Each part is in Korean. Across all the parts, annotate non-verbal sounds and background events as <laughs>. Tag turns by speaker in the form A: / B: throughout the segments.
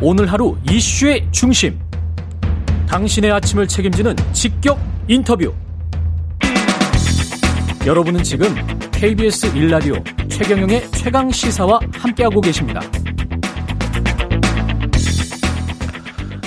A: 오늘 하루 이슈의 중심. 당신의 아침을 책임지는 직격 인터뷰. 여러분은 지금 KBS 1라디오 최경영의 최강 시사와 함께하고 계십니다.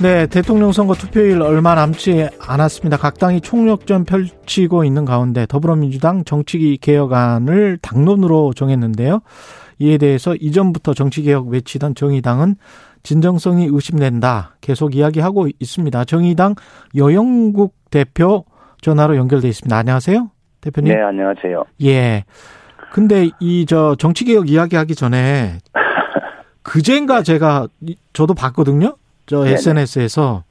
B: 네, 대통령 선거 투표일 얼마 남지 않았습니다. 각 당이 총력전 펼치고 있는 가운데 더불어민주당 정치기 개혁안을 당론으로 정했는데요. 이에 대해서 이전부터 정치개혁 외치던 정의당은 진정성이 의심된다. 계속 이야기하고 있습니다. 정의당 여영국 대표 전화로 연결돼 있습니다. 안녕하세요. 대표님.
C: 네, 안녕하세요.
B: 예. 근데 이 저 정치개혁 이야기하기 전에 그젠가 제가 이- 저도 봤거든요. 저
C: 네네.
B: SNS에서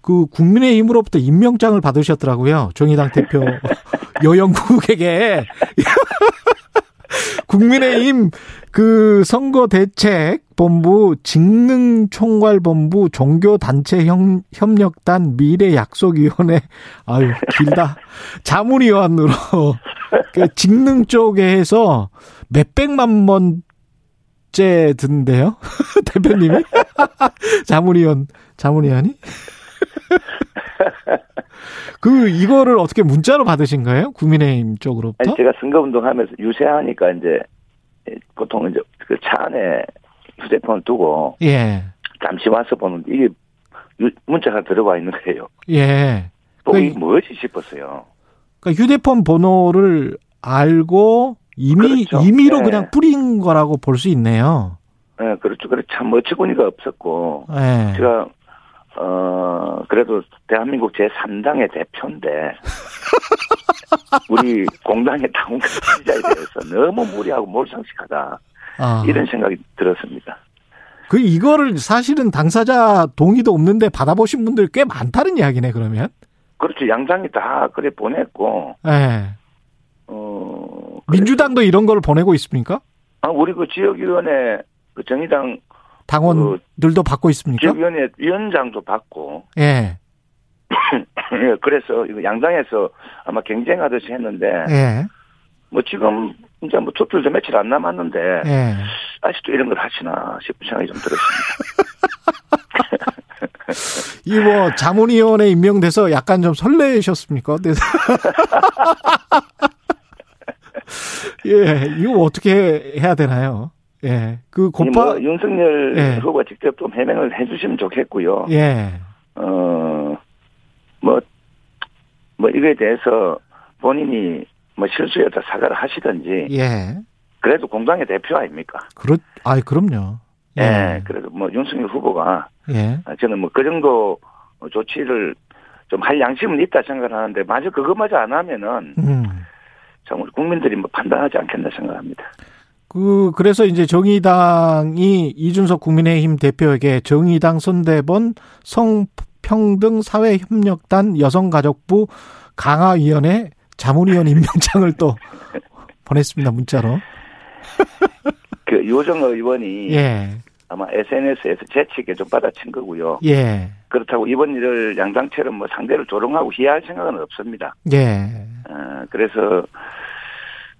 B: 그 국민의힘으로부터 임명장을 받으셨더라고요. 정의당 대표
C: <laughs>
B: 여영국에게 <laughs> 국민의힘 그 선거 대책 본부 직능 총괄 본부 종교 단체 협- 협력단 미래 약속 위원회 아유 길다 자문위원으로 <laughs> 그 직능 쪽에서 몇 백만 번째 든데요 <laughs> 대표님이 <laughs> 자문위원 자문위원이 <laughs> 그 이거를 어떻게 문자로 받으신 거예요 국민의힘
C: 아니,
B: 쪽으로부터
C: 제가 선거운동 하면서 유세하니까 이제 예, 보통 이제 그 차 안에 휴대폰을 두고
B: 예
C: 잠시 와서 보는데 이게 유- 문자가 들어와 있는 거예요.
B: 예.
C: 또
B: 네.
C: 이게 뭐지 싶었어요.
B: 그러니까 휴대폰 번호를 알고 이미
C: 그렇죠.
B: 임의로
C: 예.
B: 그냥 뿌린 거라고 볼 수 있네요.
C: 예, 그렇죠. 그래 참 어처구니가 없었고
B: 예.
C: 제가 어 그래도 대한민국 제 3당의 대표인데 우리 공당의 당원과 지지자에 대해서 너무 무리하고 몰상식하다
B: 아.
C: 이런 생각이 들었습니다.
B: 그 이거를 사실은 당사자 동의도 없는데 받아보신 분들 꽤 많다는 이야기네 그러면.
C: 그렇죠. 양당이 다 그래 보냈고
B: 예.
C: 어,
B: 민주당도 이런 걸 보내고 있습니까?
C: 아, 우리 그 지역위원회, 그 정의당
B: 당원들도 받고 있습니까?
C: 어, 지역위원회 위원장도 받고, <clears throat>
B: 예.
C: 예, 그래서 이거 양당에서 아마 경쟁하듯이 했는데,
B: 예.
C: 뭐 지금 이제 뭐 투표도 며칠 안 남았는데,
B: 예.
C: 아직도 이런 걸 하시나 싶은 생각이 좀 들었습니다.
B: 이 뭐 자문위원회 임명돼서 약간 좀 설레셨습니까? 네. <laughs> 예, 이거 어떻게 해야 되나요? 예, 그
C: 아니,
B: 곱바
C: 뭐 윤석열
B: 예.
C: 후보가 직접 좀 해명을 해주시면 좋겠고요.
B: 예,
C: 어, 뭐, 뭐 이거에 대해서 본인이 뭐 실수였다 사과를 하시든지,
B: 예,
C: 그래도 공당의 대표 아닙니까?
B: 그렇, 아, 그럼요. 네.
C: 예, 그래도 뭐 윤석열 후보가
B: 예,
C: 아, 저는 뭐 그 정도 조치를 좀 할 양심은 있다 생각을 하는데 마저 그것마저 안 하면은
B: 음,
C: 참 우리 국민들이 뭐 판단하지 않겠나 생각합니다.
B: 그 그래서 이제 정의당이 이준석 국민의힘 대표에게 정의당 선대본 성평등 사회협력단 여성가족부 강화위원회 자문위원 임명장을 또 <laughs> 보냈습니다 문자로.
C: 그 요정 의원이
B: 예,
C: 아마 SNS에서 재치있게 좀 받아친 거고요.
B: 예,
C: 그렇다고 이번 일을 양당처럼 뭐 상대를 조롱하고 희야할 생각은 없습니다.
B: 예.
C: 어, 그래서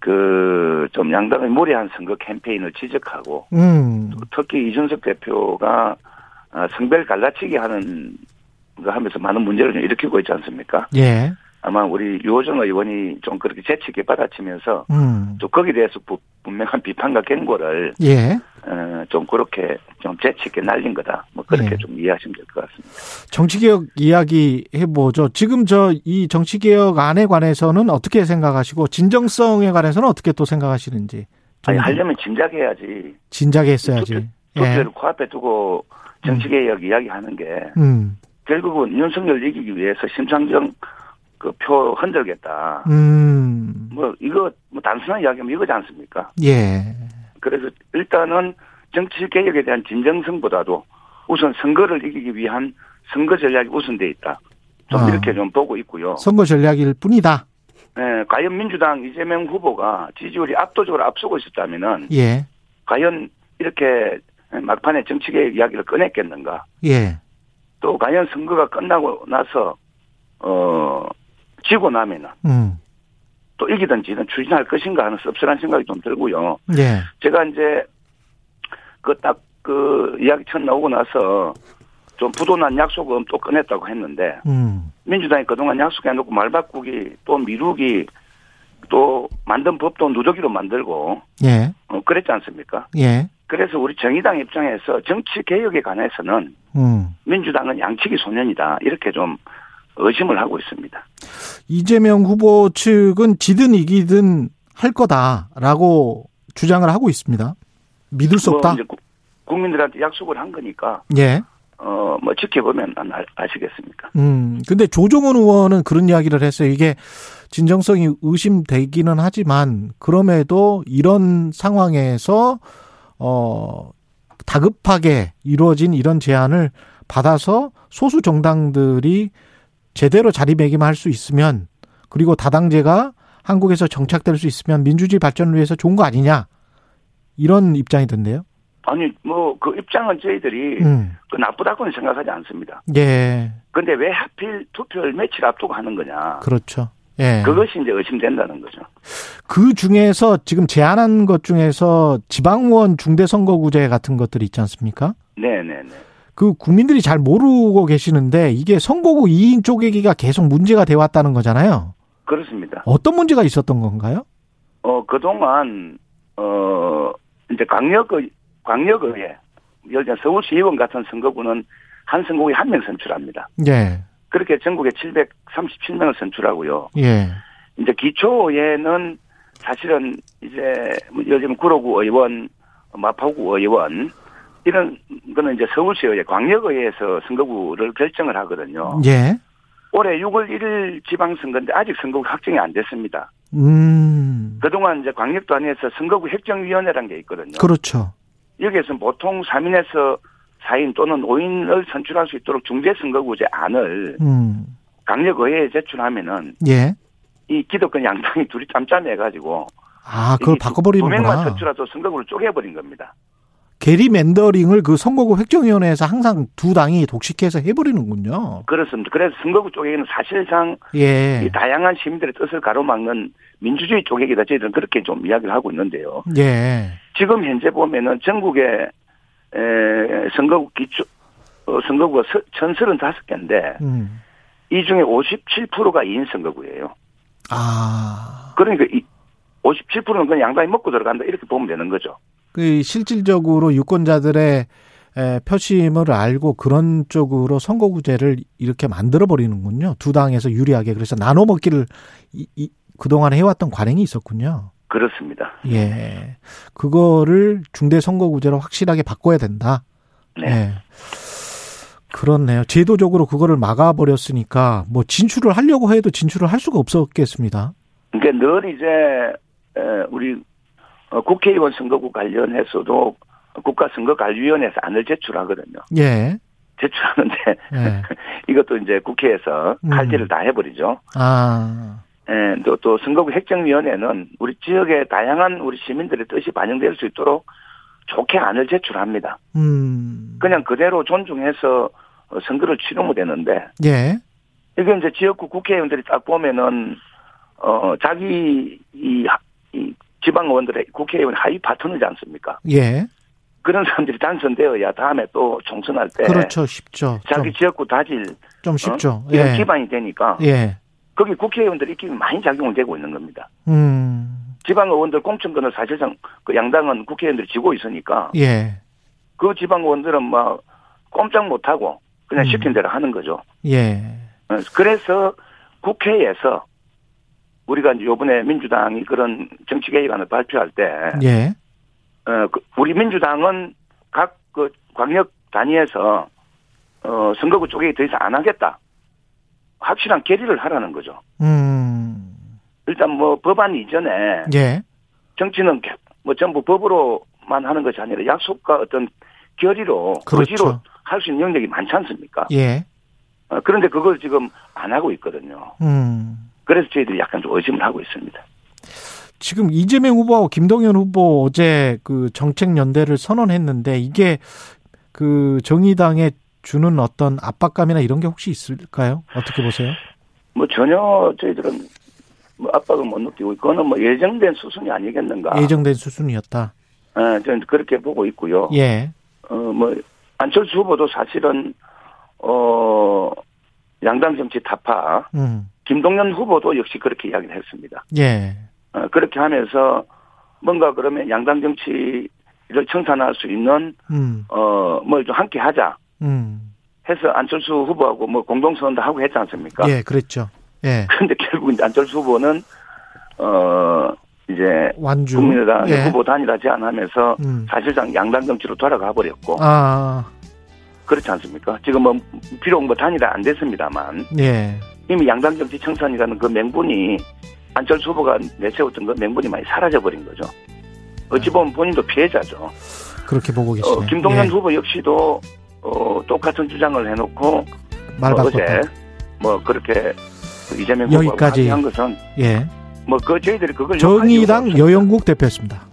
C: 그 좀 양당의 무리한 선거 캠페인을 지적하고
B: 음,
C: 특히 이준석 대표가 아, 성별 갈라치기 하는 거 하면서 많은 문제를 좀 일으키고 있지 않습니까?
B: 예,
C: 아마 우리 유호정 의원이 좀 그렇게 재치있게 받아치면서
B: 음,
C: 또 거기에 대해서 부- 분명한 비판과 경고를
B: 예.
C: 어, 좀 그렇게 좀 재치있게 날린 거다. 뭐 그렇게
B: 네.
C: 좀 이해하시면 될 것 같습니다.
B: 정치개혁 이야기 해보죠. 지금 저 이 정치개혁 안에 관해서는 어떻게 생각하시고, 진정성에 관해서는 어떻게 또 생각하시는지.
C: 아니
B: 좀
C: 하려면 진작해야지.
B: 진작에 했어야지. 예.
C: 투표를 코앞에 두고 정치개혁 이야기하는 게
B: 음,
C: 결국은 윤석열 이기기 위해서 심상정 그 표 흔들겠다.
B: 음,
C: 뭐 이거 뭐 단순한 이야기면 이거지 않습니까?
B: 예.
C: 그래서 일단은 정치 개혁에 대한 진정성보다도 우선 선거를 이기기 위한 선거 전략이 우선돼 있다. 좀
B: 아.
C: 이렇게 좀 보고 있고요.
B: 선거 전략일 뿐이다.
C: 예, 과연 민주당 이재명 후보가 지지율이 압도적으로 앞서고 있었다면은
B: 예,
C: 과연 이렇게 막판에 정치 개혁 이야기를 꺼냈겠는가?
B: 예,
C: 또 과연 선거가 끝나고 나서 어 지고 나면은
B: 음,
C: 또 이기든 지든 추진할 것인가 하는 씁쓸한 생각이 좀 들고요.
B: 예,
C: 제가 이제 그 딱 그 이야기 첫 나오고 나서 좀 부도난 약속은 또 꺼냈다고 했는데
B: 음.
C: 민주당이 그동안 약속해놓고 말 바꾸기 또 미루기 또 만든 법도 누더기로 만들고
B: 예.
C: 어, 그랬지 않습니까?
B: 예.
C: 그래서 우리 정의당 입장에서 정치 개혁에 관해서는
B: 음.
C: 민주당은 양치기 소년이다 이렇게 좀 의심을 하고 있습니다.
B: 이재명 후보 측은 지든 이기든 할 거다라고 주장을 하고 있습니다. 믿을 수
C: 뭐
B: 없다.
C: 이제 구- 국민들한테 약속을 한 거니까
B: 예.
C: 어 뭐 지켜보면 아- 아시겠습니까?
B: 음. 근데 조정훈 의원은 그런 이야기를 했어요. 이게 진정성이 의심되기는 하지만 그럼에도 이런 상황에서 어 다급하게 이루어진 이런 제안을 받아서 소수 정당들이 제대로 자리매김할 수 있으면 그리고 다당제가 한국에서 정착될 수 있으면 민주주의 발전을 위해서 좋은 거 아니냐 이런 입장이던데요.
C: 아니 뭐 그 입장은 저희들이
B: 음.
C: 그 나쁘다고는 생각하지 않습니다.
B: 예,
C: 근데 왜 하필 투표를 며칠 앞두고 하는 거냐?
B: 그렇죠. 예.
C: 그것이 이제 의심된다는 거죠.
B: 그 중에서 지금 제안한 것 중에서 지방원 중대선거구제 같은 것들이 있지 않습니까?
C: 네네네.
B: 그 국민들이 잘 모르고 계시는데 이게 선거구 2인 쪼개기가 계속 문제가 돼 왔다는 거잖아요.
C: 그렇습니다.
B: 어떤 문제가 있었던 건가요?
C: 어, 그동안, 어, 이제 광역의, 광역의회, 예를 들면 서울시 의원 같은 선거구는 한 선거구에 한 명 선출합니다.
B: 예,
C: 그렇게 전국에 737명을 선출하고요.
B: 예,
C: 이제 기초의회는 사실은 이제 뭐 요즘 구로구 의원, 마포구 의원, 이런 거는 이제 서울시 의회, 광역의회에서 선거구를 결정을 하거든요.
B: 예.
C: 올해 6월 1일 지방선거인데 아직 선거구 확정이 안 됐습니다.
B: 음,
C: 그동안 이제 광역도 안에서 선거구 획정위원회라는 게 있거든요.
B: 그렇죠.
C: 여기에서는 보통 3인에서 4인 또는 5인을 선출할 수 있도록 중대선거구제 안을
B: 음,
C: 강력의회에 제출하면은
B: 예.
C: 이 기득권 양당이 둘이 짬짬해가지고
B: 아, 그걸
C: 이 두 명만
B: 바꿔버리는구나.
C: 선출해서 선거구를 쪼개버린 겁니다.
B: 게리 맨더링을 그 선거구 획정위원회에서 항상 두 당이 독식해서 해버리는군요.
C: 그렇습니다. 그래서 선거구 쪼개기는 사실상
B: 예,
C: 이 다양한 시민들의 뜻을 가로막는 민주주의 쪼개기다 저희들은 그렇게 좀 이야기를 하고 있는데요.
B: 예,
C: 지금 현재 보면은 전국에 에, 선거구 기초 어, 선거구가 서- 1035개인데
B: 음,
C: 이 중에 57%가 2인 선거구예요.
B: 아.
C: 그러니까 이 57%는 그냥 양당이 먹고 들어간다 이렇게 보면 되는 거죠.
B: 그 실질적으로 유권자들의 에, 표심을 알고 그런 쪽으로 선거구제를 이렇게 만들어 버리는군요. 두 당에서 유리하게 그래서 나눠 먹기를 이, 이, 그동안 해왔던 관행이 있었군요.
C: 그렇습니다.
B: 예, 그거를 중대 선거구제로 확실하게 바꿔야 된다.
C: 네.
B: 예. 그렇네요. 제도적으로 그거를 막아버렸으니까 뭐 진출을 하려고 해도 진출을 할 수가 없었겠습니다.
C: 그러니까 늘 이제 에, 우리 어, 국회의원 선거구 관련해서도 국가선거관리위원회에서 안을 제출하거든요.
B: 예.
C: 제출하는데 <laughs>
B: 예.
C: 이것도 이제 국회에서
B: 음.
C: 칼질을 다 해버리죠.
B: 아,
C: 예, 또, 또 선거구 획정위원회는 우리 지역의 다양한 우리 시민들의 뜻이 반영될 수 있도록 좋게 안을 제출합니다.
B: 음.
C: 그냥 그대로 존중해서 어, 선거를 치르면 되는데
B: 예.
C: 이게 이제 지역구 국회의원들이 딱 보면은 어 자기 이, 하- 이 지방의원들의 국회의원 하위 파트너지 않습니까?
B: 예.
C: 그런 사람들이 당선되어야 다음에 또 총선할 때
B: 그렇죠. 쉽죠.
C: 예.
B: 좀,
C: 자기 지역구 다질
B: 좀
C: 어?
B: 쉽죠.
C: 이런
B: 예.
C: 기반이 되니까
B: 예.
C: 거기 국회의원들 입김이 많이 작용이 되고 있는 겁니다.
B: 음.
C: 지방의원들 공천권을 사실상 그 양당은 국회의원들이 지고 있으니까
B: 예.
C: 그 지방의원들은 막 꼼짝 못하고 그냥
B: 음.
C: 시킨 대로 하는 거죠.
B: 예.
C: 어, 그래서 국회에서 우리가 이제 요번에 민주당이 그런 정치 개혁안을 발표할 때,
B: 예.
C: 어, 그 우리 민주당은 각 그 광역 단위에서 어, 선거구 쪽에 더 이상 안 하겠다. 확실한 결의를 하라는 거죠.
B: 음.
C: 일단 뭐 법안 이전에
B: 예.
C: 정치는 개- 뭐 전부 법으로만 하는 것이 아니라 약속과 어떤 결의로
B: 그렇죠.
C: 의지로 할 수 있는 영역이 많지 않습니까?
B: 예.
C: 어, 그런데 그걸 지금 안 하고 있거든요.
B: 음.
C: 그래서 저희들이 약간 좀 의심을 하고 있습니다.
B: 지금 이재명 후보하고 김동연 후보 어제 그 정책 연대를 선언했는데 이게 그 정의당에 주는 어떤 압박감이나 이런 게 혹시 있을까요? 어떻게 보세요?
C: 뭐 전혀 저희들은 뭐 압박을 못 느끼고 그거는 뭐 예정된 수순이 아니겠는가.
B: 예정된 수순이었다.
C: 예, 저는 그렇게 보고 있고요.
B: 예.
C: 어뭐 안철수 후보도 사실은 어 양당 정치 타파
B: 음.
C: 김동연 후보도 역시 그렇게 이야기를 했습니다.
B: 예.
C: 어, 그렇게 하면서 뭔가 그러면 양당 정치를 청산할 수 있는
B: 음.
C: 어뭘 뭐 좀 함께 하자
B: 음.
C: 해서 안철수 후보하고 뭐 공동선언도 하고 했지 않습니까?
B: 예, 그랬죠. 예.
C: 그런데 <laughs> 결국 이제 안철수 후보는 어 이제
B: 완주.
C: 국민의당
B: 예.
C: 후보 단일화 제안하면서
B: 음.
C: 사실상 양당 정치로 돌아가 버렸고
B: 아,
C: 그렇지 않습니까? 지금 뭐 비록 뭐 단일화 안 됐습니다만
B: 예.
C: 이미 양당 정치 청산이라는 그 맹분이 안철수 후보가 내세웠던 그 맹분이 많이 사라져 버린 거죠. 어찌 보면 본인도 피해자죠.
B: 그렇게 보고 계시네요.
C: 어, 김동연
B: 예.
C: 후보 역시도 어, 똑같은 주장을 해놓고
B: 예, 말
C: 어,
B: 바꿨다.
C: 어제 뭐 그렇게 이재명
B: 여기까지.
C: 후보가 한 것은
B: 예.
C: 뭐 그 저희들이 그걸 욕할 이유가
B: 정의당
C: 없습니다.
B: 여영국 대표였습니다.